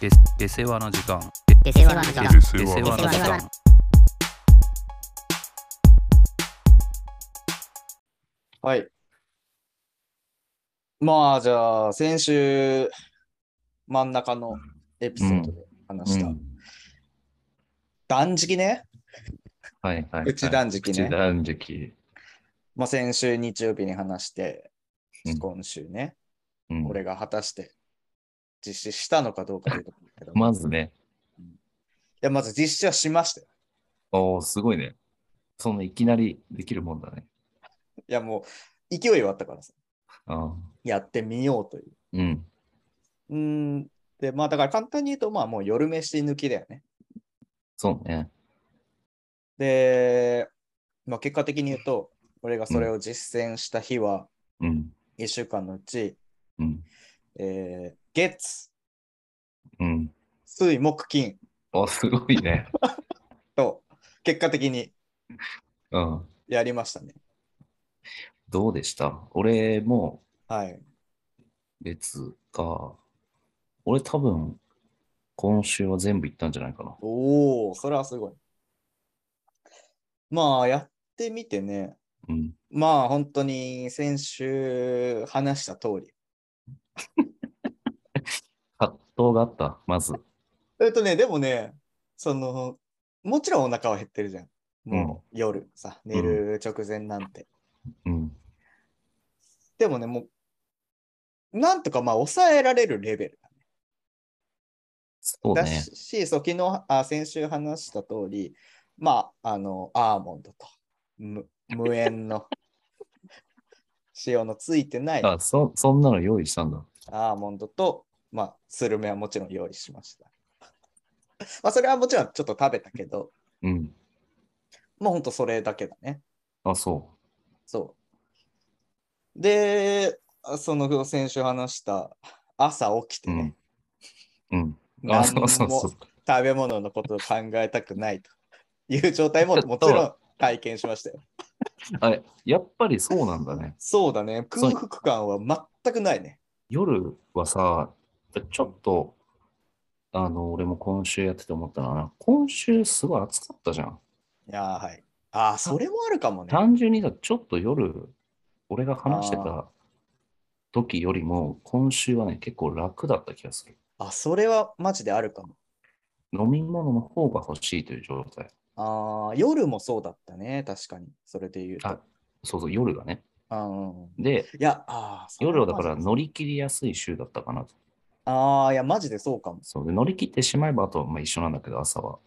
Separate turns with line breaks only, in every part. で出世話の時間
出世話の時間
で
出
世
世
話
話の時間
はい。まあ、じゃあ、先週、真ん中のエピソードで話した。
うん
断食ね。
はいはいはい。
プチ断食ね
プチ断食。
まあ、先週日曜日に話して
うん、
今週ね、
うん
これが果たして実施したのかどうかというところだけど、い
まずね、
やまず実施はしましたよ。
おおすごいね。そのいきなりできるもんだね。
いや、もう、勢いはあったからさ、
ああ
やってみようという。
うん。
うーん。で、まあ、だから簡単に言うと、まあ、もう夜飯抜きだよね。
そうね。
で、まあ、結果的に言うと、俺がそれを実践した日は、
うん。
1週間のうち、
うん。
えー月、
うん。
水、木、金
おすごいね。
と、結果的に
うん。
やりましたね。
どうでした俺も
はい。
月か。俺多分、今週は全部行ったんじゃないかな。
おお、それはすごい。まあ、やってみてね、
うん。
まあ、本当に先週話した通り。
葛藤があった、まず。
えっとね、でもね、その、もちろんお腹は減ってるじゃん。もう夜さ、寝る直前なんて。
うん。
でもね、もう、なんとかまあ抑えられるレベル
そう
だ
ね
し、。そう昨日あ、先週話した通り、まあ、あの、アーモンドと、 む無塩の、塩のついてない
あ、そ、そんなの用意したんだ。
アーモンドと、まあ、スルメはもちろん用意しました。 まあ、それはもちろんちょっと食べたけど、
うん。
もうほんとそれだけだね。
あ、そ
そう。で、あその先週話した朝起きて
う。う
ね
ん、。うん。あ、
何
そうそうそう
も。食べ物のことを考えたくないという状態も もちろん体験しましたよ。
あれ、やっぱりそうなんだね。
そうだね、
そう
空腹感は全くないね。
夜はさ、ちょっと、あの、俺も今週やってて思ったのはな、今週すごい暑かったじゃん。
いやーはい。ああ、それもあるかもね。
単純にだ、ちょっと夜、俺が話して
あ
た時よりも、今週はね、結構楽だった気がする。
あ、それはマジであるかも。
飲み物の方が欲しいという状態。
ああ、夜もそうだったね、確かに。それで言うと。
あそうそう、夜がね。
あうん、
で、
いや、ああ、それ
夜はだ
マジ
から乗り切りやすい週だったかなと。
ああ、いや、マジでそうかも。
そうで乗り切ってしまえば、あとはまあ一緒なんだけど、朝
う
は。
ん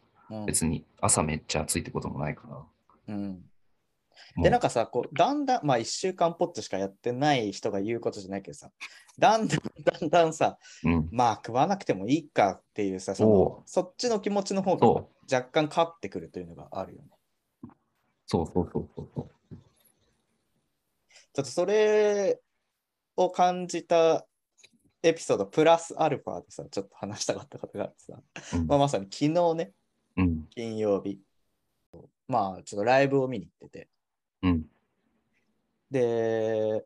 別に朝めっちゃ暑いってこともないか
う
ら。
ん、
も
で、
う
なんかさ、こうだんだん、まあ、1週間ポッとしかやってない人が言うことじゃないけどさ、だんだん、だんだんさ、
うん。
まあ食わなくてもいいかっていうさ、そ
おう
のそっちの気持ちの方が
そう
若干勝ってくるというのがあるよね。
そうそうそうそうそう。
ちょっとそれを感じたエピソードプラスアルファでさ、ちょっと話したかったことがあってさ、
うん
まあ、まさに昨日ね、
うん。
金曜日、まあちょっとライブを見に行ってて、
うん。
で、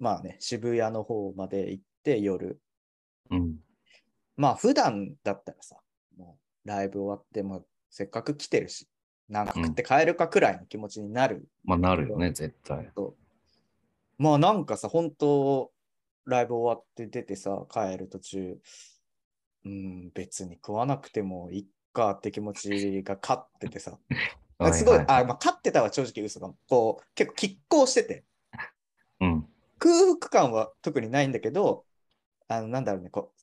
まあね、渋谷の方まで行って夜、
うん。
まあ普段だったらさ、もうライブ終わってもせっかく来てるし、なんか食って帰るかくらいの気持ちになる。
まあ、なるよね、絶対。
まあなんかさ、本当ライブ終わって出てさ、帰る途中、うん、別に食わなくてもいっかって気持ちが勝っててさ、すごい、
はは
あ、まあ勝ってたは正直嘘かも。こう、結構拮抗してて、
うん。
空腹感は特にないんだけど、あの、なんだろうね、こう、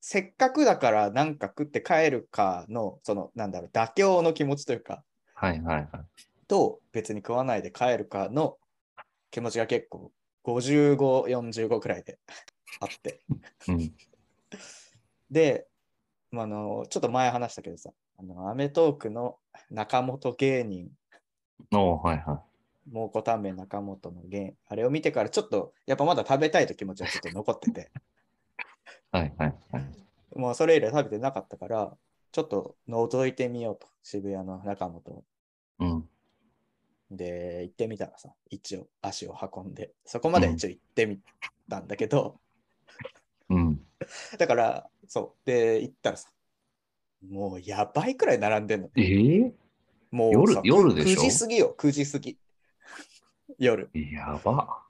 せっかくだからなんか食って帰るかの、その、なんだろう、妥協の気持ちというか、
はいはいはい。
と、別に食わないで帰るかの気持ちが結構、55、45くらいであって。
うん。
で、まああの、ちょっと前話したけどさ、あの、アメトーークの中本芸人、
おうはいは
蒙古タンメン中本の芸、あれを見てからちょっと、やっぱまだ食べたいと気持ちはちょっと残ってて、
い。はいはいはい。
もうそれ以来食べてなかったから、ちょっと覗いてみようと、渋谷の中本を
うん。
で、行ってみたらさ、一応足を運んで、そこまでは一応行ってみたんだけど、
うん。
だから、そう。で、行ったらさ、もうやばいくらい並んでんのね。
えー、
もう
夜
さ
夜でしょ
?9 時過ぎよ、9時過ぎ。夜。
やば。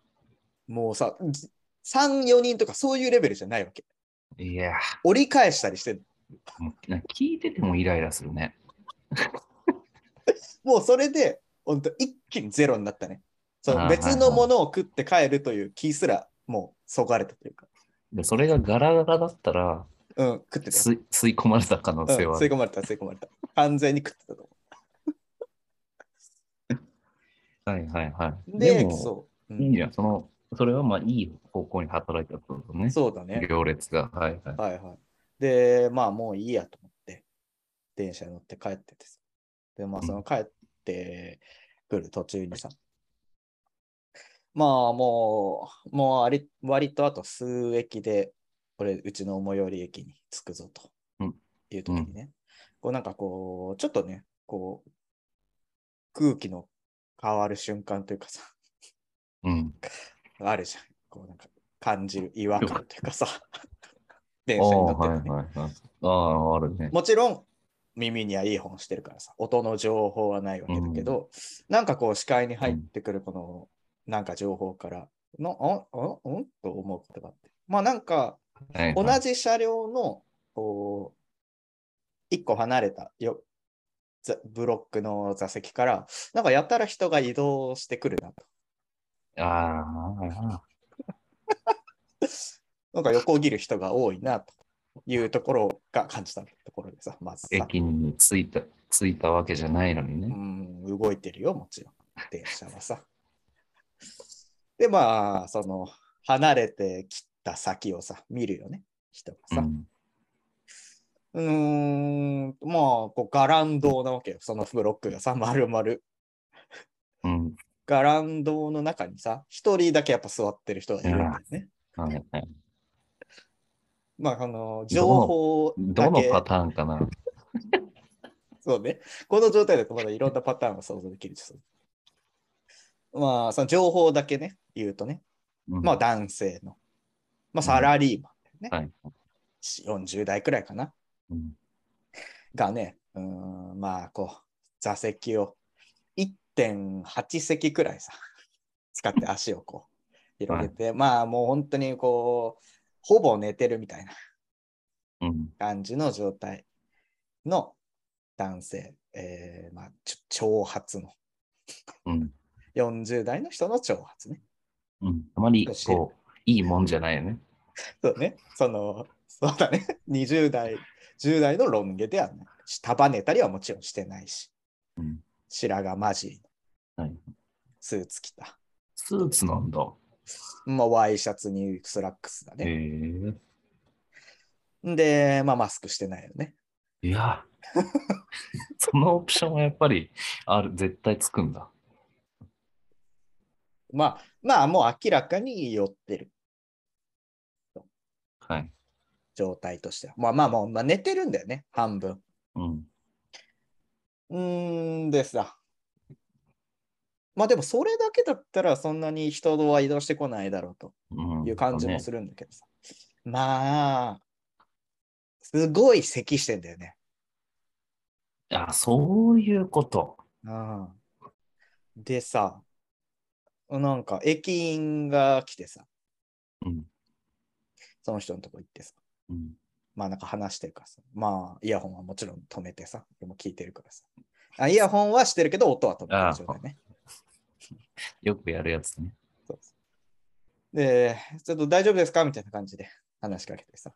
もうさ、じ3、4人とかそういうレベルじゃないわけ。
いや、
折り返したりしてんの
もうなんか聞いててもイライラするね。
もうそれで、本当一気にゼロになったね。そ
あ
の
ー
別のものを食って帰るという気すら、もうそがれたというか。
でそれがガラガラだったら
うん、食ってた。
吸い吸い込まれた可能
うん
性はあ
吸い
る、
込まれた、吸い込まれた。完全に食ってたと思
はいはいはい。
う。で、
も
そう、うん
いいじゃん。その、それはまあいい方向に働いたってことね。
そうだね。
行列が。はいはい。
はいはい。で、まあもういいやと思って、電車に乗って帰っててさ。で、まあその帰ってくる途中にさ、まあもう、もうあり割とあと数駅で、俺、うちの最寄り駅に着くぞと
うん
いう時にね、こうなんかこう、ちょっとね、こう、空気の変わる瞬間というかさ、
うん。
あるじゃん。こうなんか感じる違和感というかさ、 電車に乗って
あ
た
あ
ね。
はいはいはい。ああ、あるね。
もちろん耳にはいい本してるからさ、音の情報はないわけだけど、なんかこう視界に入ってくるこの、なんか情報からの、んんんと思うことがあって。まあなんか
はい
同
はい
じ車両の、こう、一個離れたよざブロックの座席から、なんかやたら人が移動してくるなと。
ああ、
なんか横切る人が多いなというところが感じたところでさ、まずさ。
駅に着いた、着いたわけじゃないのに
う
ね。
ん、動いてるよ、もちろん。電車はさ。 で、まあ、その、離れてきた先をさ、見るよね、人が
う
さ。
ん。
うーん、まあ、こう、ガランドなわけよ、そのブロックがさ、丸々。
うん。
ガランドの中にさ、一人だけやっぱ座ってる人がいるんだよね。
はいはい。
まあ、あの、情報だ
ど
け
のパターンかな
そうね。この状態だとまだいろんなパターンが想像できるしさまあ、その情報だけね、言うとね、
うん
まあ男性の、まあサラリーマンだよ
は
ね
い。
40代くらいかな。
うん
がね、うーん、まあこう、座席を1.8席くらいさ、 使って足をこう、広げて、まあもう本当にこう、ほぼ寝てるみたいな
うん。
感じの状態の男性、えー、まあ、ちょ長髪の、
うん。
40代の人の長髪ね。
うん。あまり
そ、して
こう、いいもんじゃないよね。
そうね。その、そうだね。20代、10代のロン毛ではない。束ねたりはもちろんしてないし、
うん
白髪マジ、
はい
スーツ着た。
スーツなんだ。
まあ、ワイシャツにスラックスだね。
え
で、まあ、マスクしてないよね。
え。いや。 そのオプションはやっぱり、ある、絶対つくんだ。
まあ、まあ、もう明らかに寄ってる
はい。
状態としては。まあまあ、もう、まあ、寝てるんだよね、半分。
うん。
うーんでさ。まあでも、それだけだったら、そんなに人は移動してこないだろうと。
うん。
いう感じも
る。
するんだけどさ。まあ、すごい咳してんだよね。
あ、そういうこと。
うん、でさ、なんか駅員が来てさ、
うん。
その人のとこ行ってさ、
うん。
まあなんか話してるからさ、まあイヤホンはもちろん止めてさ、でも聞いてるからさ。あイヤホンはしてるけど音は止めてる状態ね。
よくやるやつね。
そうそうで、ちょっと大丈夫ですかみたいな感じで話しかけてさ。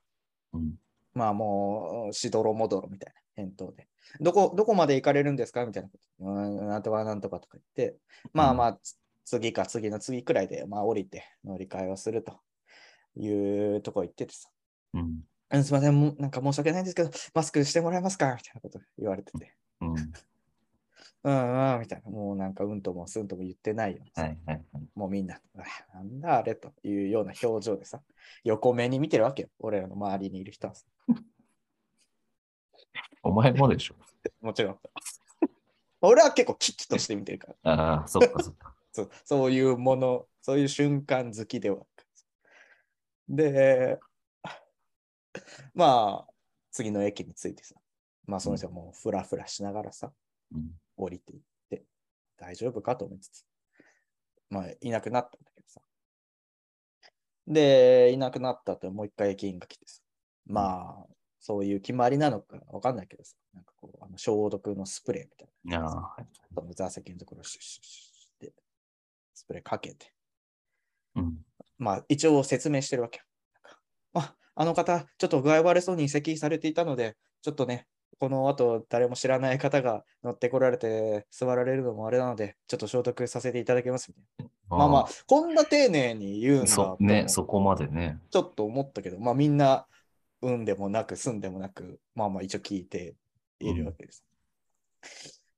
うん。
まあもう、しどろもどろみたいな返答で。どこ、どこまで行かれるんですかみたいなこと。うーん、なんとかなんとかとか言って、まあまあ、つ次か次の次くらいで、まあ降りて乗り換えをするというとこ行っててさ。
うん。
うんすいません、もうなんか申し訳ないんですけど、マスクしてもらえますかみたいなこと言われてて。
うん。
うんうん、みたいな。もうなんかうんともすんとも言ってないよ。
はいはいはい。
もうみんな、うわなんだあれというような表情でさ、横目に見てるわけよ。俺らの周りにいる人はさ。
お前もでしょ。
もちろん。俺は結構危機として見てるから。
ああ、そっかそっか。
そうそういうもの、そういう瞬間好きではあるから。で、 まあ、次の駅に着いてさ、まあその人はもうフラフラしながらさ、
うん
降りていって、大丈夫かと思いつつ、まあいなくなったんだけどさ。で、いなくなったってもう一回駅員が来てさ、まあ、そういう決まりなのかわかんないけどさ、なんかこう、あの消毒のスプレーみたいな。
いやーはい
その座席のところシュッシュッシュッシュッって、スプレーかけて。
うん
まあ、一応説明してるわけよ。なんかあ、あの方、ちょっと具合悪そうに咳されていたので、ちょっとね、この後誰も知らない方が乗ってこられて座られるのもあれなので、ちょっと消毒させていただけますみたいな。まあまあ、こんな丁寧に言うんだ
あーそ
と
うね
思、
そこまでね。
ちょっと思ったけど、まあみんな、運でもなく、住んでもなく、まあまあ一応聞いているわけです。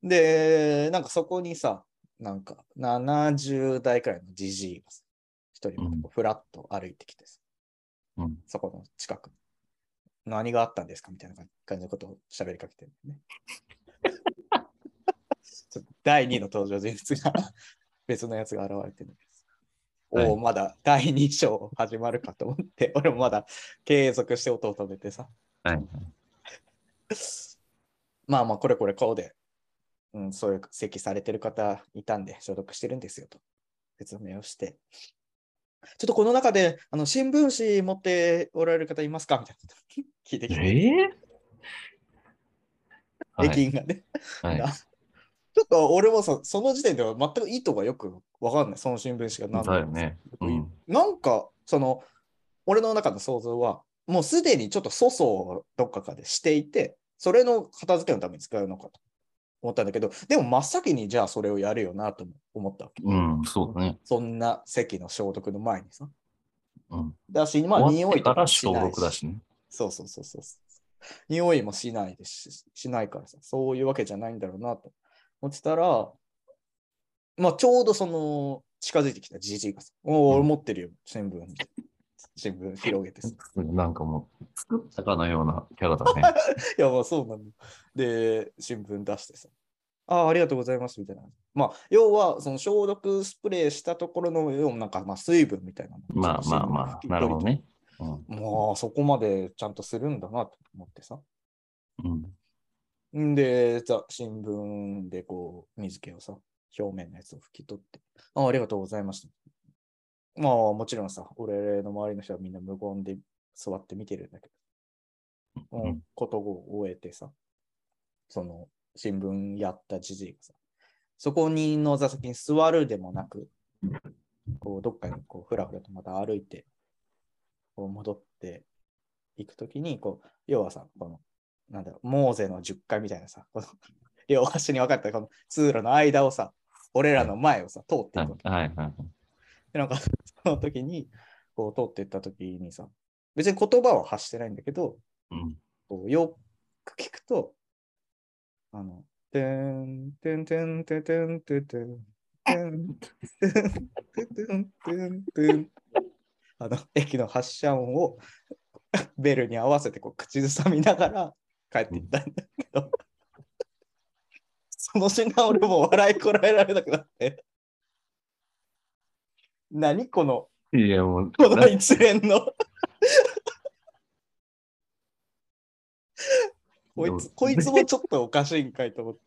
で、なんかそこにさ、なんか70代くらいのじじいがさ一人またこうフラッと歩いてきてさ、
うん
そこの近く。何があったんですかみたいな感じのことを喋りかけてるんだよね。ちょっと第2の登場人物が 別のやつが現れてるんです。
はい
おお、まだ第2章始まるかと思って、俺もまだ継続して音を止めてさ。
はいはい
まあまあ、これこれこうで、うん、そういう席されてる方いたんで、消毒してるんですよと説明をして、ちょっとこの中であの新聞紙持っておられる方いますかみたいなこと聞いて
え
きて、
ーはい
駅員がね。
はい
なちょっと俺もさ、その時点では全く意図がよくわかんない、その新聞紙が何
だ
な
よ
のか
ね。
う
うんん。
なんか、その、俺の中の想像は、もうすでにちょっと粗相をどっかかでしていて、それの片付けのために使うのかと思ったんだけど、でも真っ先にじゃあそれをやるよなとも思ったわけ。
うん、そうだね。
そんな席の消毒の前にさ。
うん。
だし、まあ、
終
匂
わって
いと
か
からもし
消
ない
毒だ
し。
しね。
そうそうそうそうそう。匂いもしないですし、しないからさ、そういうわけじゃないんだろうなと思ってたら、まあ、ちょうどその、近づいてきたじじいがさ、おお、
うん
俺持ってるよ、新聞。新聞広げてさ。
なんかもう、作ったかのようなキャラ だね。
いや、まあそうなの。で、新聞出してさ。ああ、ありがとうございます、みたいな。まあ、要は、その消毒スプレーしたところの、ようななんか、まあ、水分みたいなの。
まあまあまあ、なるほどね。うん。
まあ、そこまでちゃんとするんだなと思ってさ。
うん。
んで、じゃあ新聞でこう、水気をさ、表面のやつを拭き取って、あありがとうございました。まあ、もちろんさ、俺の周りの人はみんな無言で座って見てるんだけど、
うん
ことを終えてさ、その、新聞やったじじいがさ、そこにの座席に座るでもなく、こう、どっかにこう、ふらふらとまた歩いて、こう、戻っていくときに、こう、要はさ、この、なんだろう、モーゼの10回みたいなさ、この両端に分かったこの通路の間をさ、俺らの前をさ、通ってい
は
く
い
わけ
はいはい。
で、なんか、その時に、こう、通っていった時にさ、別に言葉は発してないんだけど、
うん。
こうよく聞くと、あの、てん、てんてんてんてんてんてん、てん、てんてんてんてんてん、あの、駅の発車音を ベルに合わせてこう口ずさみながら帰っていったんだけど、その瞬間俺もう笑いこらえられなくなって、何この
いやもう、
この一連の。こいつ、こいつもちょっとおかしいんかいと思って。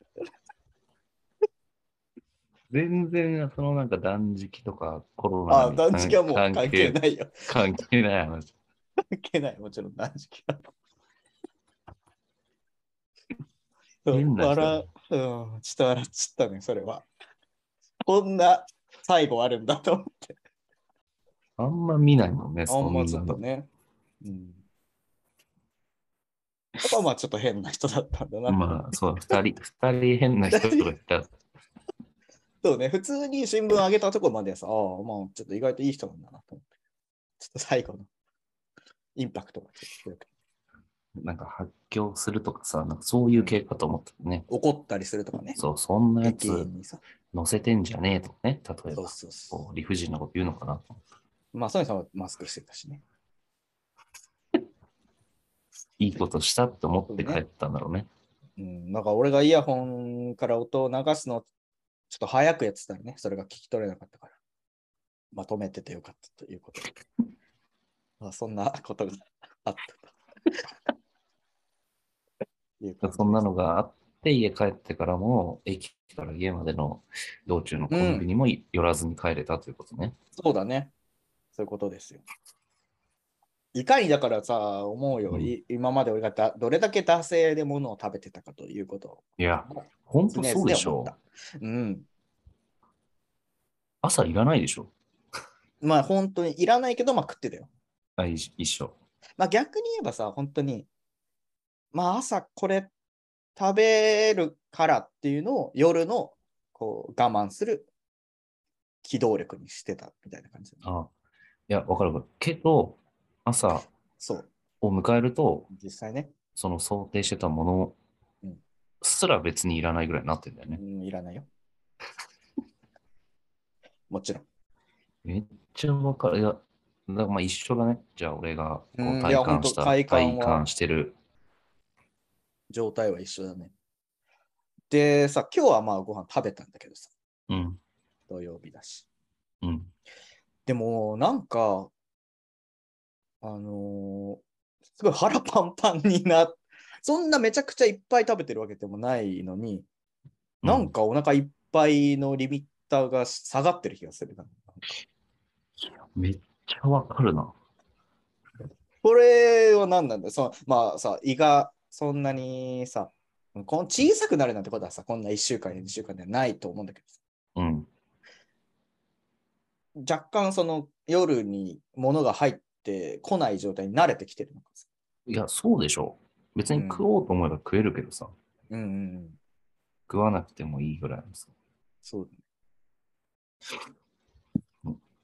全然、そのなんか断食とかコロナ
あ、
に
断食はもう関係
い。
ないよ。
関係ない話。
関係ない、もちろん断食は。
変な人
笑う、うん、ちょっと笑っちゃったね、それは。こんな最後あるんだと思って。
あんま見ないもんね、
あんまち
そ
ょ
ん
っと
なの
ね。うん。やっぱまあちょっと変な人だったんだな。
まあ、そう、二人、二人変な人とかいた。
そうね、普通に新聞上げたとこまでさ、ああ、まあ、ちょっと意外といい人なんだなと思って。ちょっと最後のインパクトが強くて
なんか発狂するとかさ、なんかそういう系かと思ったね。
怒ったりするとかね。
そう、そんなや
駅
つ
員にさ。
乗せてんじゃねえとかね、例え
そう
ば、
そうそ
こう理不尽なこと言うのかなと。
う。まあ、ソニーさんはマスクしてたしね。
いいことしたって思って帰ったんだろうね。
うん、なんか俺がイヤホンから音を流すの、ちょっと早くやってたらね、それが聞き取れなかったから。ま とめててよかったということで。まあ、そんなことがあったと。いう感じです
そんなのがあって、家帰ってからも、駅から家までの道中のコンビニもい寄らずに帰れたということね。
そうだね。そういうことですよ。いかにだからさ、思うよ、
うん
い今まで俺がだどれだけ惰性で物を食べてたかということを。
いや、本
常
当
々
そうでしょ
思った。うん。
朝いらないでしょ
まあ本当にいらないけど、まあ食ってたよ。
あい一緒。
まあ逆に言えばさ、本当に、まあ朝これ食べるからっていうのを夜のこう我慢する機動力にしてたみたいな感じだね、
あいや、わかるわかる。けど、朝
そう、
を迎えると、
実際ね、
その想定してたも
う
の
ん
すら別にいらないぐらいになってんだよ
う
ね。
ん、いらないよ。 もちろん。
めっちゃわかる。いや、だからまあ一緒だね。じゃあ俺がこ
うん
う
いやほ
体
ん
感
と
した、
体感は
体感してる。
状態は一緒だね。でさ、今日はまあご飯食べたんだけどさ、
うん、
土曜日だし。
うん。
でも、なんか、あのーすごい腹パンパンにな、 そんなめちゃくちゃいっぱい食べてるわけでもないのに、なんかお腹いっぱいのリミッターが下がってる気がするな。
うんめっちゃわかるな。
これは何なんだそのまあさ、胃がそんなにさ、この小さくなるなんてことはさ、こんな1週間や2週間ではないと思うんだけどさ
うん。
若干その夜に物が入ってこない状態に慣れてきてるのかさ。
いや、そうでしょ。別に食おうと思えば食えるけどさ、
うんうんうん。
食わなくてもいいぐらいのさ。
そう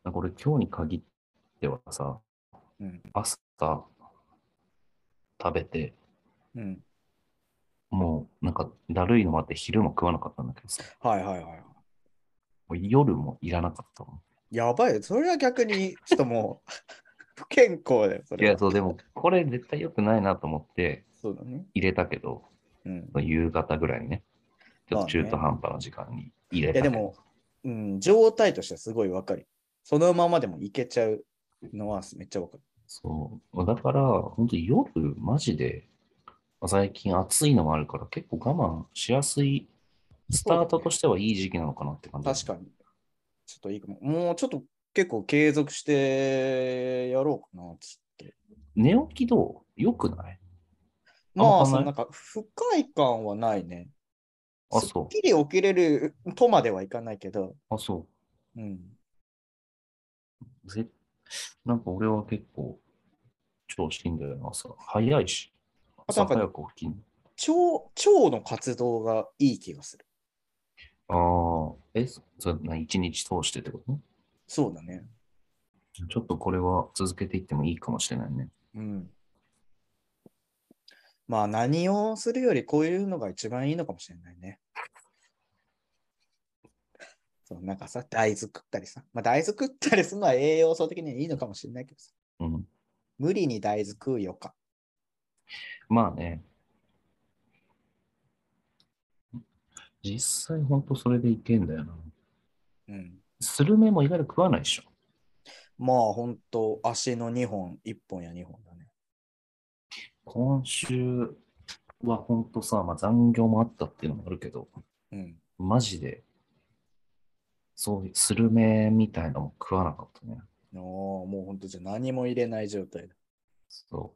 なんか俺今日に限ってはさ、
うん
朝食べて、
だね。
もうなんかだるいのもあって昼も食わなかったんだけどさ、
うん。はいはいはい。
もう夜もいらなかったわ
やばいよ。それは逆に、ちょっともう、 不健康だよ。そ
い
れは
や、そう、でもこれ絶対良くないなと思って
そうだね。
入れたけど、
うん。
夕方ぐらいにね、ちょっと中途半端な時間に
い
入れ
や
た
で
けど。
も、うん、状態としてはすごいわかる。そのままでもいけちゃうのはめっちゃわかる。
そう。だから、本当夜、マジで、最近暑いのもあるから、結構我慢しやすい、スタートとしてはいい時期なのかなって感じ。
確かに。ちょっといいかも。もうちょっと結構継続してやろうかな、つって。
寝起きどう良くない
まあ、
あんま変わん
そ
な
の
い
なんか不快感はないね。
あ
すっ
そう
きり起きれるとまではいかないけど、
あ、そ
うん。
う。ぜなんか俺は結構、調子いいんだよな、朝。早いし。
あとな
朝
んか
早く起きん。
腸、腸の活動がいい気がする。
ああ、え、そそんな一日通してってこと
そうだね。
ちょっとこれは続けていってもいいかもしれないね。
うん。まあ何をするよりこういうのが一番いいのかもしれないね。そうなんかさ、大豆食ったりさ。まあ大豆食ったりするのは栄養素的にはいいのかもしれないけどさ。
うん。
無理に大豆食うよか。
まあね。実際ほんとそれでいけんだよな。
うん。
スルメも意外と食わないでしょ。
まあ本当足の2本、1本や2本だね。
今週はほんとさ、まあ、残業もあったっていうのもあるけど、
うん。
マジで、そういうスルメみたいなのも食わなかったね。
あーもう本当じゃあ何も入れない状態だ。
そ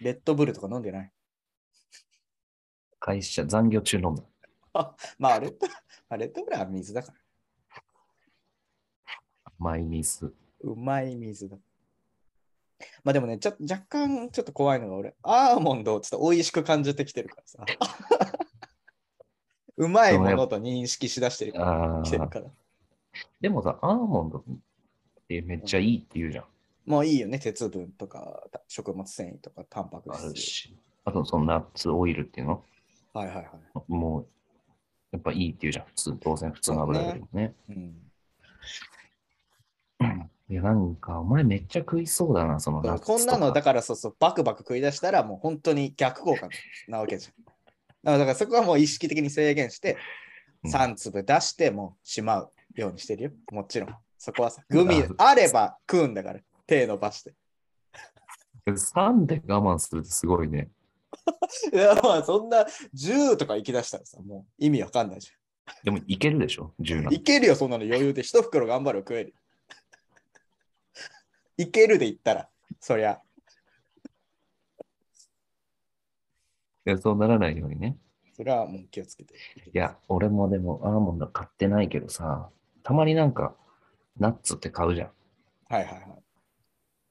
う。
レッドブルとか飲んでない。
会社、残業中飲んだ。
まあレッド、まあレッドブルは水だから。
マイミス。
うまい水だ。まあでもね、ちょ若干ちょっと怖いのが俺、アーモンドをちょっと美味しく感じてきてるからさ。 うまいものと認識しだしてるから。
あ
きてる
あ。
から
でもさ、アーモンドってめっちゃいいって言うじゃん。
もういいよね、鉄分とか食物繊維とかタンパク
ある
質。
し。あと、そのナッツオイルっていうの
はいはいはい。
もう、やっぱいいって言うじゃん。普通、当然普通の油よりもね。
うん、
いや、なんか、お前めっちゃ食いそうだな、その
そ
ナ
う
ッ
こん
ツと
なの、だ
か。
からそうそう、バクバク食い出したらもう本当に逆効果なわけじゃん。だからだからそこはもう意識的に制限して、
うん
3粒出してもうしまうようにしてるよ。もちろん。そこはさ、グミ
あ
あれば食うんだから、手伸ばして。
3で我慢するってすごいね。
いや、まあそんな10とか行き出したらさ、もう意味わかんないじ
でもいけるでしょ、柔
ゃ
軟
ん。。いけるよ、そんなの余裕で。一袋頑張る食えるよ。いけるで言ったら、そりゃ。
いやそうならないようにね。
それはもう気をつけて。
いや、俺もでもアーモンド買ってないけどさ、たまになんかナッツって買うじゃん。
はいはいはい。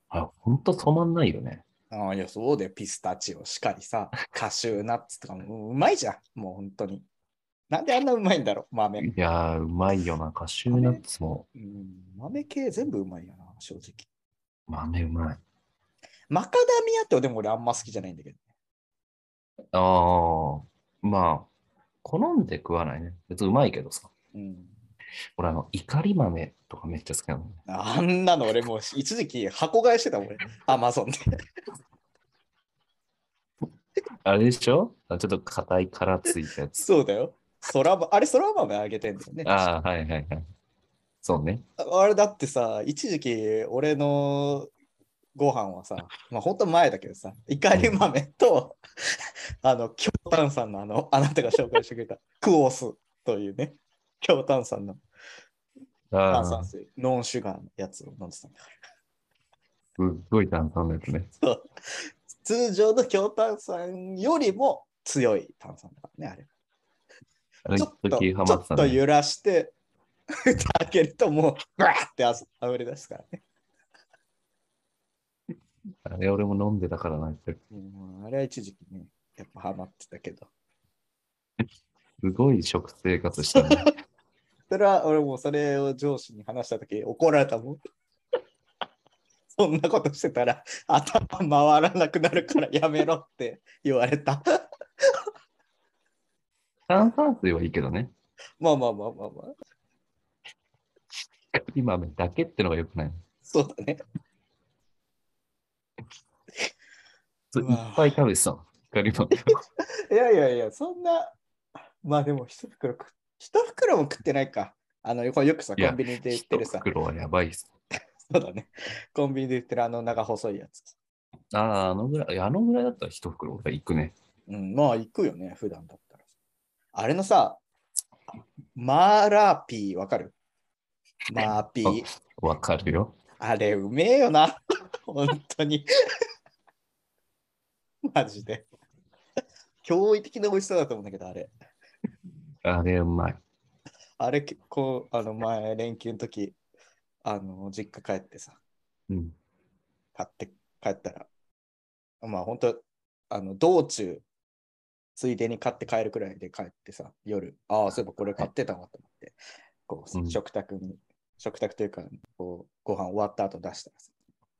あ、ほんと止まんないよね。
ああ、いや、そうで、ピスタチオしかりさ、カシューナッツとかもううまいじゃん。もう本当に。なんであんなうまいんだろう、豆。
いやー、うまいよな。カシューナッツも
うん、豆系全部うまいよな、正直。
豆うまい。
マカダミアってでも俺あんま好きじゃないんだけど。
ああ、まあ、好んで食わないね。別にうまいけどさ。
うん、
俺、あの、怒り豆とかめっちゃ好きなのね。
あんなの俺もう一時期箱買いしてたもん、 俺。アマゾンで。
あれでしょあちょっと硬い殻ついたや つ。
そうだよ。そらばあれ、そら豆あげてんだよね。
ああ、はいはいはい。そうね。
あれだってさ、一時期俺のご飯はさ、まあ本当前だけどさ、怒り豆と、あの、京丹さんのあの、あなたが紹介してくれた、クオスというね、京丹さんの
あ
炭酸
あ、す
水、ノンシュガーのやつを飲んでたんだか
っごい炭酸のやつね。
ら。そう通常の京丹さんよりも強い炭酸だからね、あれ。
あれ、
ちょ
一
っと、
時
ち
ハ
ょ
マっ
って
た
と
ね。
揺らして、蓋開けるともう、ブワーってあふれ出すからね。
あれ、俺も飲んでたからなって。
うんあれは一時期ね、やっぱハマってたけど。
すごい食生活したね。
それは俺もそれを上司に話したとき怒られたもん。 そんなことしてたら頭回らなくなるからやめろって言われた。
炭酸水はいいけどね。
まあまあまあまあまあ。
カリ豆だけってのがよくない。
そうだね。
そう
う
いっ
わ
ぱい食べてたの。カリ豆。
いやいやいや、そんな。まあでも一袋食っ一袋も食ってないか。あのよくよくさ、
いや
コンビニで売って
一
るさ。
袋はやばいっす。
そうだね。コンビニで売ってるあの長細いやつ。
ああ、あのぐらい、いやあのぐらいだったら一袋俺行くね。
うん、まあ行くよね、普段だったら。あれのさ、マーラーピーわかるマーピー。
わかるよ。
あれうめえよな。 本当に。 マジで。驚異的な美味しさだと思うんだけど、あれ。
あれうまい。
あれ、こう、あの前、連休の時、あの、実家帰ってさ、
うん。
買って帰ったら、まあ本当あの、道中、ついでに買って帰るくらいで帰ってさ、夜、ああ、そういえばこれ買ってたわと思って、こう、
うん
食卓に、食卓というか、こう、ご飯終わった後出したらさ、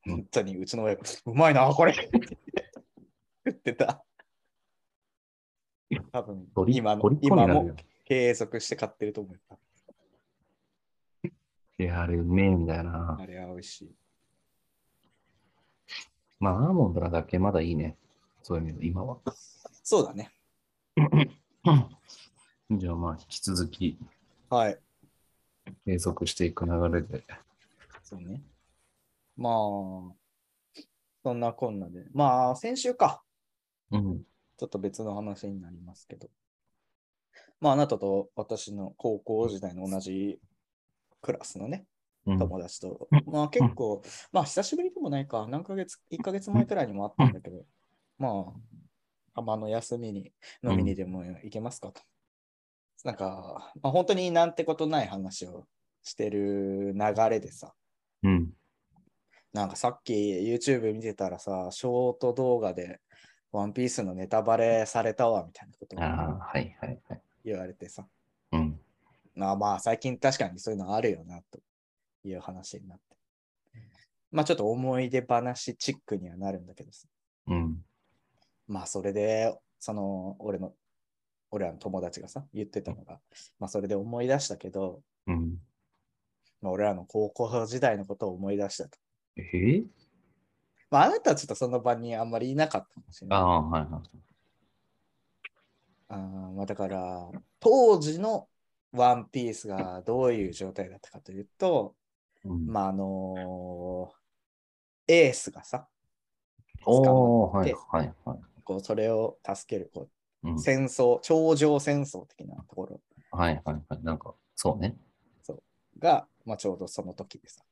うん
本当にうちの親が、うまいな、これって言ってた。多分
とり
今
とりこに
今
なるよ
も。継続して買ってると思うよ。
いや、あれうめえんだよな。
あれは美味しい。
まあ、アーモンドなだけまだいいね。そういう意味で、今 は。
そうだね。
じゃあまあ、引き続き、
はい。
継続していく流れで。
そうね。まあ、そんなこんなで。まあ、先週か。
うん。
ちょっと別の話になりますけど。まあ、あなたと私の高校時代の同じクラスのね、
うん、
友達と、まあ結構、まあ久しぶりでもないか、何ヶ月、1ヶ月前くらいにもあったんだけど、まあ、たまの休みに飲みにでも行けますかと。なんか、まあ、本当になんてことない話をしてる流れでさ、
うん。
なんかさっき YouTube 見てたらさ、ショート動画でワンピースのネタバレされたわみたいなこと
ああ、はいはいはい。
言われてさ、
うん。
まあまあ最近確かにそういうのあるよなという話になって。まあちょっと思い出話チックにはなるんだけどさ、
うん。
まあそれで、その俺の、俺らの友達がさ、言ってたのが、まあそれで思い出したけど、
うん。
まあ、俺らの高校時代のことを思い出したと。
えー、
まああなたはちょっとその場にあんまりいなかったかもしれない
あ。あ、はいはい。
あーまあ、だから当時のワンピースがどういう状態だったかというと、
うん、
まああのーエースがさ、
おおーは
で
いはいはい。
構それを助ける、こ
うん
う、戦争、頂上戦争的なところ
はいはいはい。なんか、そうね。
が、まあ、ちょうどその時でさ。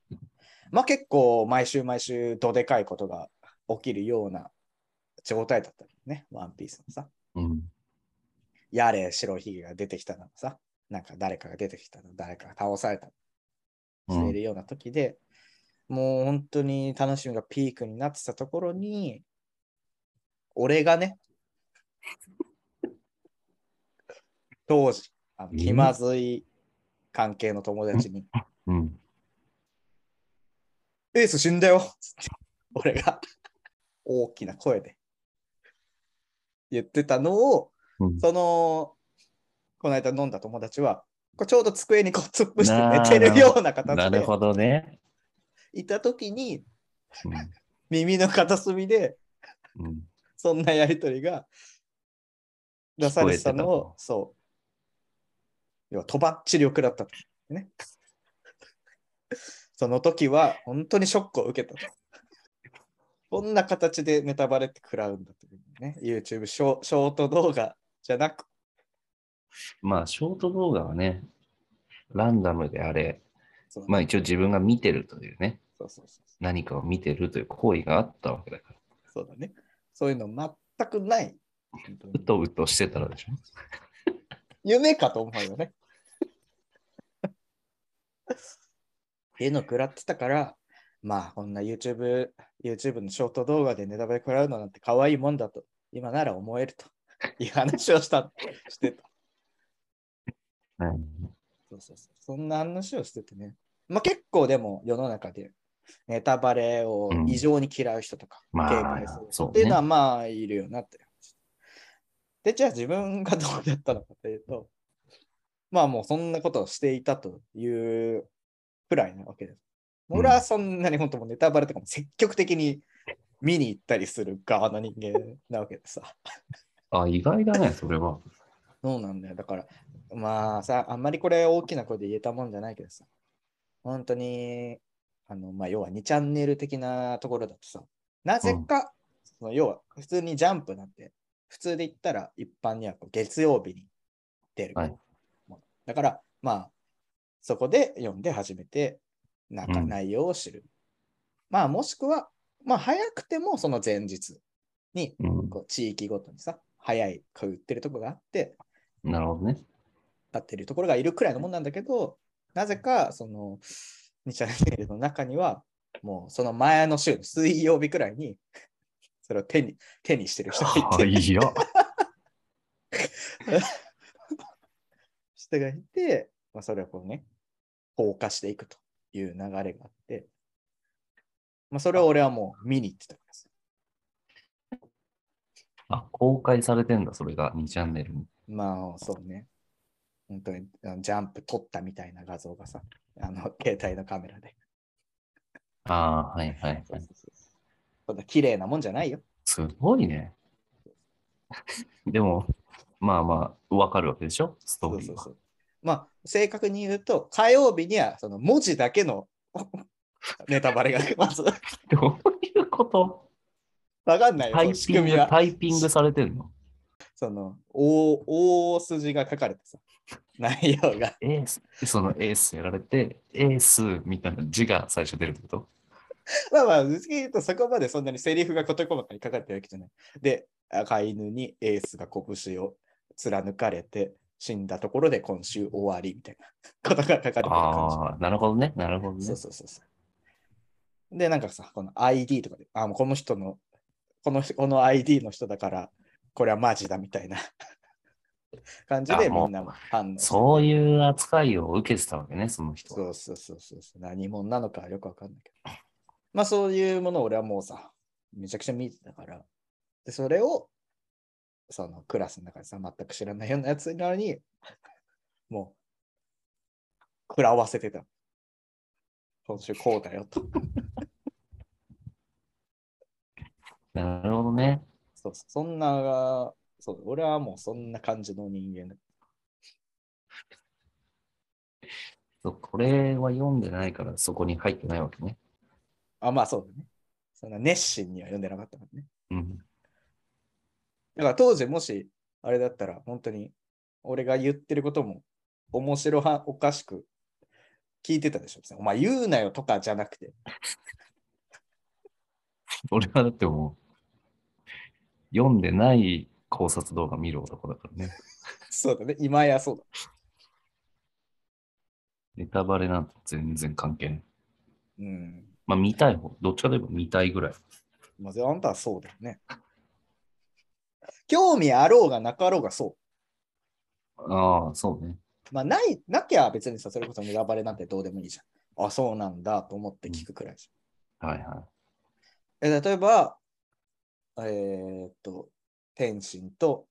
まあ結構毎週毎週どでかいことが起きるような状態だったよね、ワンピースのさ。
うん。
やれ、白ひげが出てきたのもさ、なんか誰かが出てきたの、誰かが倒された
う
してい
ん、
るような時で、もう本当に楽しみがピークになってたところに、俺がね、 当時、あの
うん
気まずい関係の友達に、
うん。
エース死んだよつって俺が大きな声で言ってたのを、
うん
その、この間飲んだ友達は、こうちょうど机にこう突っ伏して
なあ
寝てるような
な
形
る
で
ほどね。
いた時に、
う
耳の片隅で
ん。うん、
そんなやりとりが出されてたの
聞こえて
を、そう。要は、とばっちりくらったと。ね。 その時は、本当にショックを受けたと。こんな形でネタバレって食らうんだというね。YouTube ショショート動画じゃなく、
まあ、ショート動画はね、ランダムであれ、
そう
まあ一応自分が見てるというね、
そうそうそう
何かを見てるという行為があったわけだから、
そうだね。そういうの全くない。本当
う
に
とうとしてたらでしょ。
夢かと思うよ ね。っていうのを食らってたから、まあこんな YouTube、YouTube のショート動画でネタバレ食らうのなんて可愛いもんだと、今なら思えるという話をした、してた。
はい。
そうそうそう。そんな話をしててね。まあ結構でも世の中でネタバレを異常に嫌う人とか、
うん
警
ま
戒
あ
する人
そうね
っていうのはまあいるよなって。で、じゃあ自分がどうだったのかというと、まあもうそんなことをしていたというくらいなわけです。
うん
俺はそんなに本当もうネタバレとかも積極的に見に行ったりする側の人間なわけでさ。
あ、意外だね、それは。
そうなんだよ。だから、まあさ、あんまりこれ大きな声で言えたもんじゃないけどさ、本当に、あの、まあ、要は2チャンネル的なところだとさ、なぜか、その要は普通にジャンプなんて、普通で言ったら一般にはこう月曜日に出るも
は
の、
い
だから、まあ、そこで読んで初めて、なんか
うん
内容を知る。まあ、もしくは、まあ、早くてもその前日に、
うん。
こう地域ごとにさ、早い、こう売ってるとこがあって、
なるほど ね。
立ってるところがいるくらいのもんなんだけど、なぜかその2チャンネルの中には、もうその前の週の水曜日くらいに、それを手に手にしてる人がい
は
て、
いや。
人がいて、まあ、それをこうね、放火していくという流れがあって、まあ、それを俺はもう見に行ってたからさ
あ、公開されてんだ、それが2チャンネルに。
まあ、そうね。本当にあのジャンプ撮ったみたいな画像がさ、あの携帯のカメラで。
ああ、はいはい
そ
は
う
い。
そうそうそんな綺麗なもんじゃないよ。
すごいね。でも、まあまあ、わかるわけでしょ、スト
そ
ー
う
リー
そう
は。
そう。まあ、正確に言うと、火曜日にはその文字だけの ネタバレがまず
どういうこと
わかんないよ、
タ
そ
イ
の仕
ピン
組み
グ、
は。
タイピングされてるの
その大、大筋が書かれてさ、内容が。
エース、そのエースやられて、エースみたいな字が最初出るってこと
まあまあ、ぶっちゃけ言うとそこまでそんなにセリフが事細かに書かれてるわけじゃない。で、赤犬にエースが拳を貫かれて、死んだところで今週終わりみたいなことが書かれてる感じ。
ああ、なるほどね、なるほどね。
そうそうそうそう。で、なんかさ、この ID とかで、あ、もうこの人の、この人この ID の人だから、これはマジだみたいな感じで
あもう
みんなも反応う
そういう扱いを受けてたわけね、その人は。
そうそうそうそうそう。何者なのかよくわかんないけど。まあそういうものを俺はもうさ、めちゃくちゃ見てたから。で、それを、そのクラスの中でさ、全く知らないようなやつなのに、もう、食らわせてた。今週こうだよと。
なるほどね。
そうそう、そんな、そう、俺はもうそんな感じの人間だ。
そうこれは読んでないから、そこに入ってないわけね。
あ、まあそうだね。そんな熱心には読んでなかったもんね。
うん。
だから当時もし、あれだったら、本当に、俺が言ってることも、面白はおかしく聞いてたでしょ。別にお前言うなよとかじゃなくて。
俺はだってもう、読んでない考察動画見る男だからね。
そうだね。今やそうだ。
ネタバレなんて全然関係ない。
うん。
まあ見たい方、どっちかといえば見たいぐらい。
まずあんたはそうだよね。興味あろうがなかろうがそ
ああ、そうね。
う。まあ、ない、なきゃ別にさ、それこそネタバレなんてどうでもいいじゃん。あ、そうなんだと思って聞くくらいじ
はいは
ゃん。え例えば、えーっと、天心と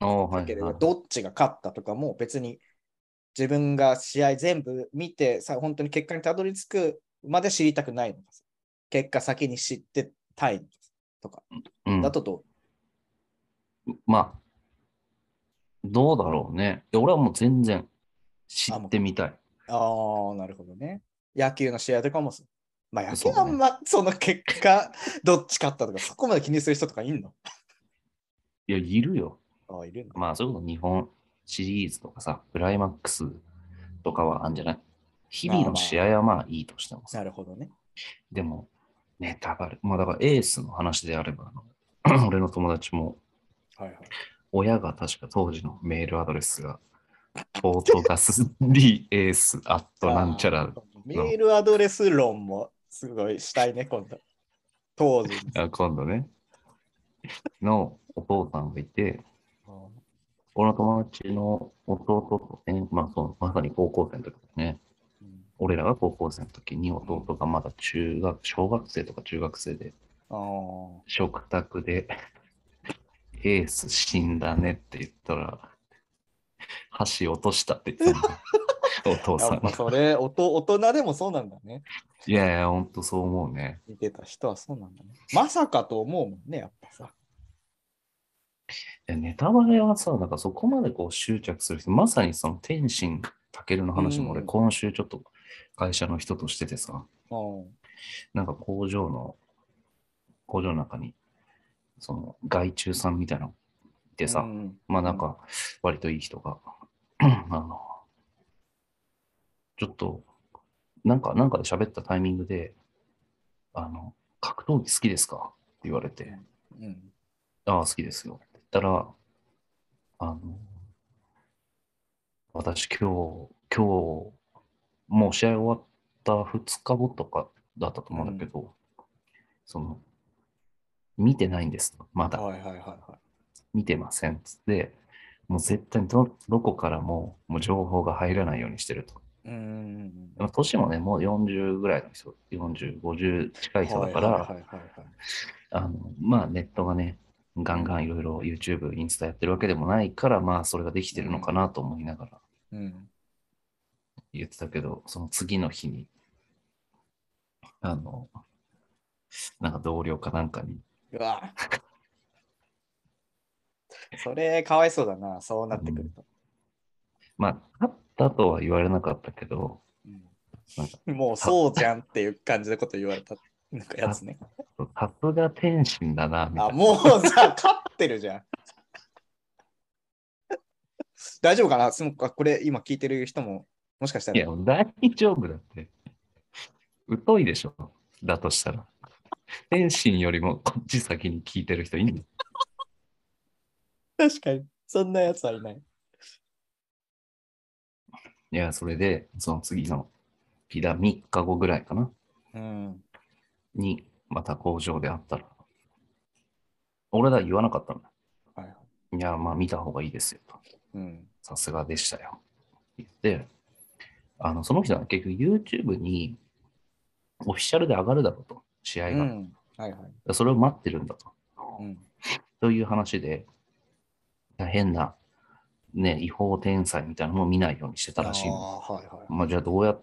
い。おーは
だけ
い
れど
はい。
どっちが勝ったとかも別に自分が試合全部見てさ本当に結果にたどり着くまで知りたくないのかさ結果先に知ってたいのかとか
うん
だとどう、
まあ、どうだろうね。いや俺はもう全然知ってみたい。
ああなるほどね野球の試合とかもそうまあ野球
そうね
はあんまその結果どっち勝ったとかそこまで気にする人とかいんの
いや、いるよ。
ああいるんだ
まあ、そういうこと日本シリーズとかさ、クライマックスとかはあるんじゃない日々の試合はまあいいとしてもさ。
なるほどね
でも、ネタバレ。まあ、だからエースの話であれば、あの 俺の友達も、
はいはい
親が確か当時のメールアドレスが、ポートガスリーエースアットなんちゃら
あーメールアドレス論もすごいしたいね今度当時
あ今度ね、のお父さんがいて、
の
俺の友達の弟と、えまあ、そうまさに高校生の時ですね。
うん
俺らが高校生の時に弟がまだ中学、小学生とか中学生で、
あー
食卓でエース死んだねって言ったら、箸落としたって言ってたのお父さ
や
ん
っぱ
が。
それおと、大人でもそうなんだね。
いやいや、ほんとそう思うね。
見てた人はそうなんだね。まさかと思うもんね、やっぱさ。
いやネタバレはさ、なんかそこまでこう執着する人、まさにその天心たけるの話も俺、
うん
今週ちょっと会社の人としててさ、
うん。
なんか工場の、工場の中に、その害虫さんみたいなのいてさ、
うん
まあなんか、割といい人が、 あの、ちょっと、なんか、なんかで喋ったタイミングで、あの、格闘技好きですかって言われて、
うん。
ああ、好きですよ。って言ったら、あの、私今日、今日、もう試合終わった2日後とかだったと思うんだけど、その、見てないんです。まだ
はいはいはいは
見てません。つって、もう絶対ど、どこからも、もう情報が入らないようにしてると。
い。うん。
でも年もね、もう40ぐらいの人、40、50近い人だから、
はいはいはいはいはい。
あのまあネットがね、ガンガンいろいろ YouTube、インスタやってるわけでもないから、まあそれができてるのかなと思いながら
うん。
言ってたけど、その次の日に、あの、なんか同僚かなんかに、
う わ。それ、かわいそうだな、そうなってくると。
まあ、勝ったとは言われなかったけど、
うんもうそうじゃんっていう感じのこと言われた。なんかやつね。
さすが天心だな、み
あ、
たいな。
もうさ、勝ってるじゃん。大丈夫かなすあこれ今聞いてる人ももしかした
い
ら
や、大丈夫だって。疎いでしょ、だとしたら。天心よりもこっち先に聞いてる人いんの
確かにそんなやつはいない。
いや、それで、その次の日だ、3日後ぐらいかな、
うん。
に、また工場で会ったら、俺ら言わなかったの。
はいはい。
いや、まあ見た方がいいですよと。
うん。
さすがでしたよ。言って、あの、その人は結局 YouTube にオフィシャルで上がるだろうと、試
う
合が。
ん。はいはい。
それを待ってるんだと。
うん。
という話で、変な、ね、違法天才みたいなのも見ないようにしてたらしいの。
あーはいはい。
まあ、じゃあどうやっ、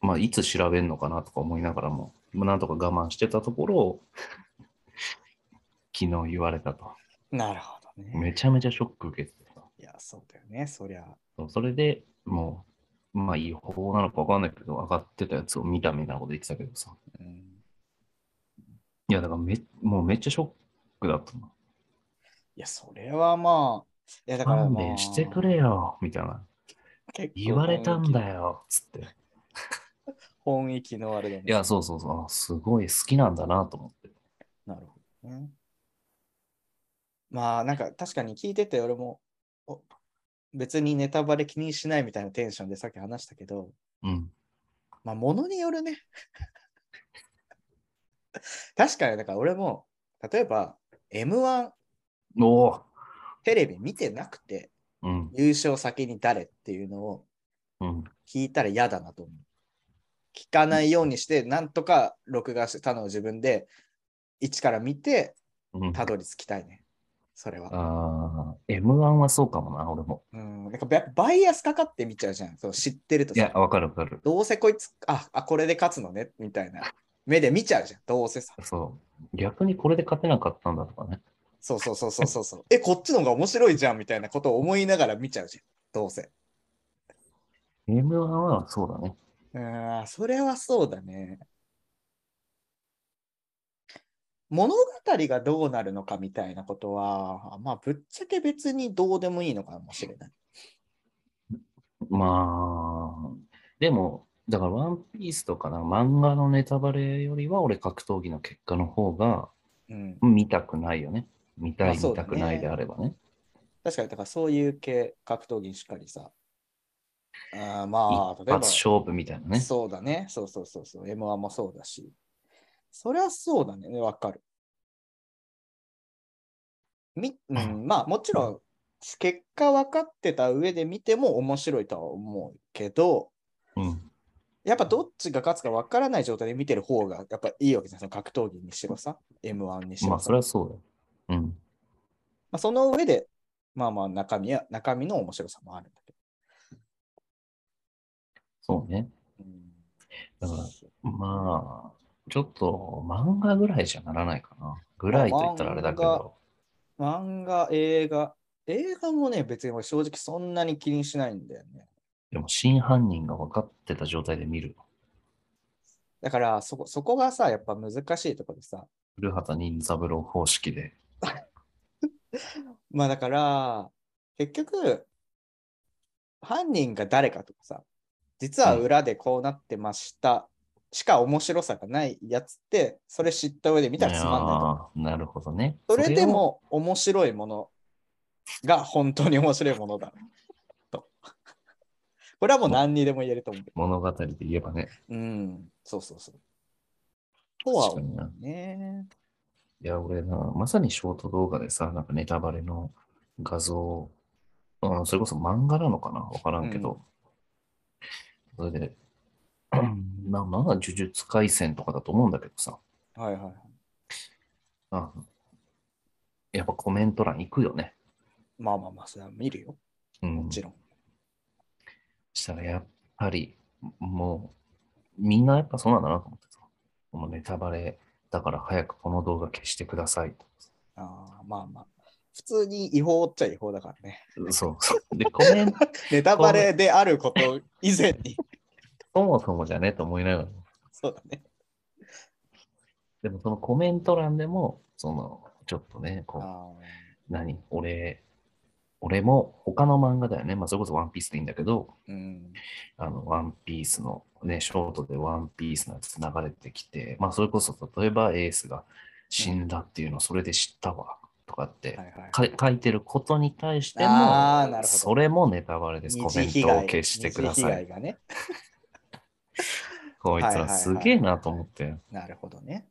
まあ、いつ調べるのかなとか思いながらも、まあなんとか我慢してたところ、昨日言われたと。
なるほどね。
めちゃめちゃショック受けてた。
いや、そうだよね。そりゃ。
そうそれでもう、まあ、違法なのか分かんないけど、上がってたやつを見たみたいなこと言ってたけどさ。
うん。
いや、だからめ、もうめっちゃショックだったの。
いや、それはまあ、いや、だから、
勘
まあ、
弁してくれよ、みたいな。
結構
言われたんだよ、つって。い
本意気。本意気のあれだね。
や、そうそうそう。あすごい好きなんだなと思って。
なるほどね。まあ、なんか確かに聞いてて、俺も、お別にネタバレ気にしないみたいなテンションでさっき話したけど、
うん。
まあ、ものによるね。 確かに、だから俺も、例えば、M1
おお
テレビ見てなくて、
うん。
優勝先に誰っていうのを
うん。
聞いたら嫌だなと思う。聞かないようにして、なんとか録画したのを自分で一から見て、
うん、
たどり着きたいね。それは。
ああ、M1 はそうかもな、俺も。
うん、なんかババイアスかかってみちゃうじゃん。そう知ってると
いや
さ、、
わかるわかる。
どうせこいつ、あ、あこれで勝つのね、みたいな。目で見ちゃうじゃん。どうせさ。
そう。逆にこれで勝てなかったんだとかね。
そうそうそうそうそうそう。 え、こっちの方が面白いじゃん、みたいなことを思いながら見ちゃうじゃん。どうせ。
M1 はそうだね。
うん、それはそうだね。物語がどうなるのかみたいなことは、まあ、ぶっちゃけ別にどうでもいいのかもしれない。
まあ、でも、だからワンピースとかな、漫画のネタバレよりは、俺格闘技の結果の方が
うん、
見たくないよね。見た
まあ
い、
そ
見
うだ
た
ね
くないであればね。
確かに、だからそういう系、格闘技にしっかりさ。あーまあ、例
一
えば。
発勝負みたいなね。
そうだね。そうそうそうそう。M1 もそうだし。そりゃそうだね。わかる。みうん、まあもちろん、結果分かってた上で見ても面白いとは思うけど、
うん。
やっぱどっちが勝つか分からない状態で見てる方がやっぱいいわけじゃん。その格闘技にしろさ、M1 にしろさ。
まあ、それはそうだよ。うん。
まあ、その上で、まあまあ中身や、中身の面白さもあるんだけ
そうね。
ど。うん
だからまあ、ちょっと漫画ぐらいじゃならないかな。ぐらいと言ったらあれだけど。
漫画、映画。映画もね、別に俺正直そんなに気にしないんだよね。
でも、真犯人が分かってた状態で見る。
だから、そこ、そこがさ、やっぱ難しいところでさ。
古畑任三郎方式で。
まあだから、結局、犯人が誰かとかさ、実は裏でこうなってました、しか面白さがないやつって、それ知った上で見たらつまんないと思う。
あーなるほどね。
それで
を
も面白いものが本当に面白いものだ。と。これはもう何にでも言えると思う。
物語で言えばね。
うん、そうそうそう。とは
確か
思
にな。
うね。
いや、俺な、まさにショート動画でさ、なんかネタバレの画像、うん、それこそ漫画なのかなわからんけど。それで、 うんななんだ、呪術廻戦とかだと思うんだけどさ、
はいはいはい。
あのやっぱコメント欄行くよね。
まあまあまあ、それは見るよ。
うん。
もちろん。
したらやっぱり、もう、みんなやっぱそうなんだなと思ってさ、もうネタバレだから早くこの動画消してくださいと。
ああまあまあ。普通に違法っちゃ違法だから ね。
そうそう。で、コメント、
ネタバレであること以前に。
そもそもじゃねと思いながら。
そうだね。
でもそのコメント欄でも、その、ちょっとね、こ
あ
う、何、俺、俺も他の漫画だよね。まあ、それこそワンピースでいいんだけど、
ーうん。
あの、ワンピースの、ね、ショートでワンピースのやつ流れてきて、まあ、それこそ、例えばエースが死んだっていうのをそれで知ったわ、とかって
はい、はい。
か書いてることに対しても
あーなるほ、ど
それもネタバレです。コ
二
メ
次被
ントを
害
消してくだ
二次
さ
被
い。
害がね。
こいつ
はいはい
ら
はい
すげえなと思って。
なるほどね。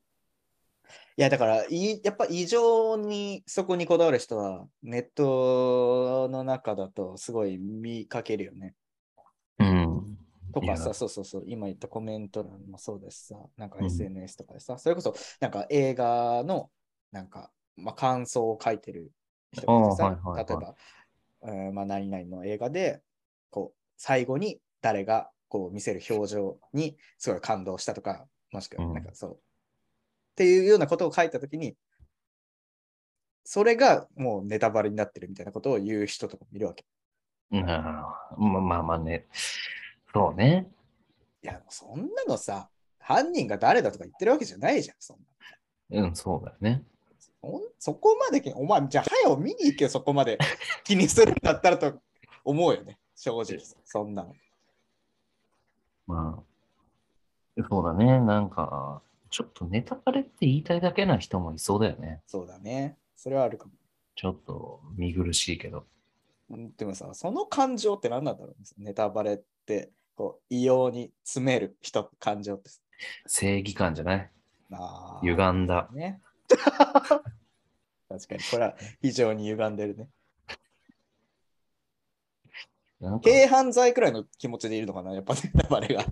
いやだからいやっぱ異常にそこにこだわる人はネットの中だとすごい見かけるよね。
うん。
とか
い
さ、
や
そうそうそう、今言ったコメント欄もそうですさ、なんか
うん
SNS とかでさ、それこそなんか映画のなんか、まあ、感想を書いてる人がいてさ、
あーはいはいはい
例えば、うんまあ、何々の映画で、こう、最後に誰がこう見せる表情にすごい感動したとか、もしくは
うん
なんかそう、っていうようなことを書いたときに、それがもうネタバレになってるみたいなことを言う人とかもいるわけ。
うんまあまあまあね。そうね。
いや、そんなのさ、犯人が誰だとか言ってるわけじゃないじゃん、そんな。
うん、そうだよね。
ほんそこまで気に、お前、じゃあ、早を見に行けよ、そこ まで気にするんだったらと思うよね、正直、そんなの。
まあ、そうだね。なんか、ちょっとネタバレって言いたいだけな人もいそうだよね。
そうだね。それはあるかも。
ちょっと見苦しいけど。
うんでもさ、その感情って何なんだろうねネタバレって、こう、異様に詰める人、感情って。
正義感じゃない
あー
歪んだ。
ね。 確かに、これは非常に歪んでるね。
なんか
軽犯罪くらいの気持ちでいるのかな、やっぱ ネタバレが。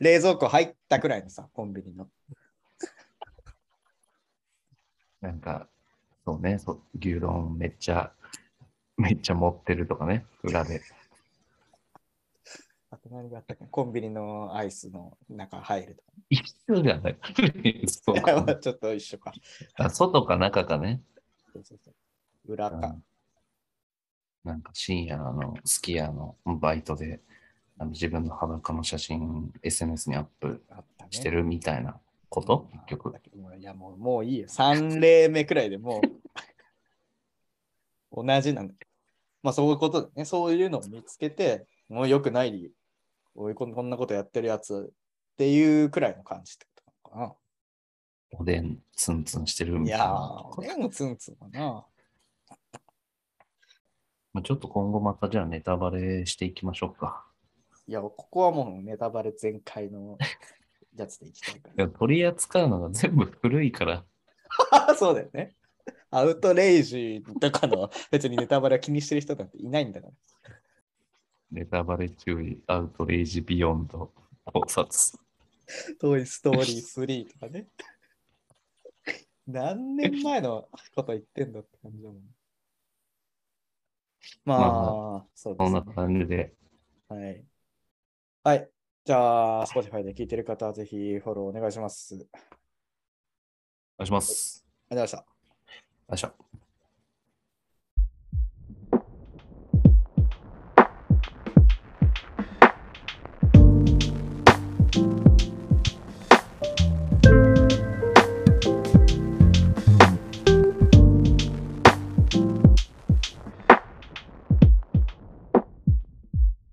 冷蔵庫入ったくらいのさ、コンビニの。
なんか、そうねそう、牛丼めっちゃ、めっちゃ持ってるとかね、裏で。
あと何があったかなコンビニのアイスの中入ると
一緒じゃない。そう
か。
か
まあちょっと一緒か。
あ外か中かね。
そうそうそう裏
う
か。
んなんか深夜のスキヤのバイトであの自分の裸の写真 SNS にアップ
あったね。
してるみたいなこと、結局
だ。けどもういやもう、もういいよ。3例目くらいでもう、同じなんだけど。まあそういうことだね。そういうのを見つけて、もう良くない、おいこんこんなことやってるやつっていうくらいの感じってことなのかな。
おでんツンツンしてる
い
みたい
やー
な、。
俺もツンツンかな。
まあちょっと今後またじゃあネタバレしていきましょうか。
いや、ここはもうネタバレ全開のやつでいきたいか
いや取り扱うのが全部古いから、
ら。 そうだよね。アウトレイジとかの別にネタバレは気にしてる人なんていないんだから。
ネタバレ注意、アウトレイジビヨンド、考察。
トイ・ストーリー3とかね。何年前のこと言ってんだって感じだもん。まあ、そうで
そ
す
ん
ね
な。感じで、
はい。はい。じゃあ、Spotify で聞いてる方はぜひフォローお願いします。ありがとう
お願いします。
ございました。
よいしょ。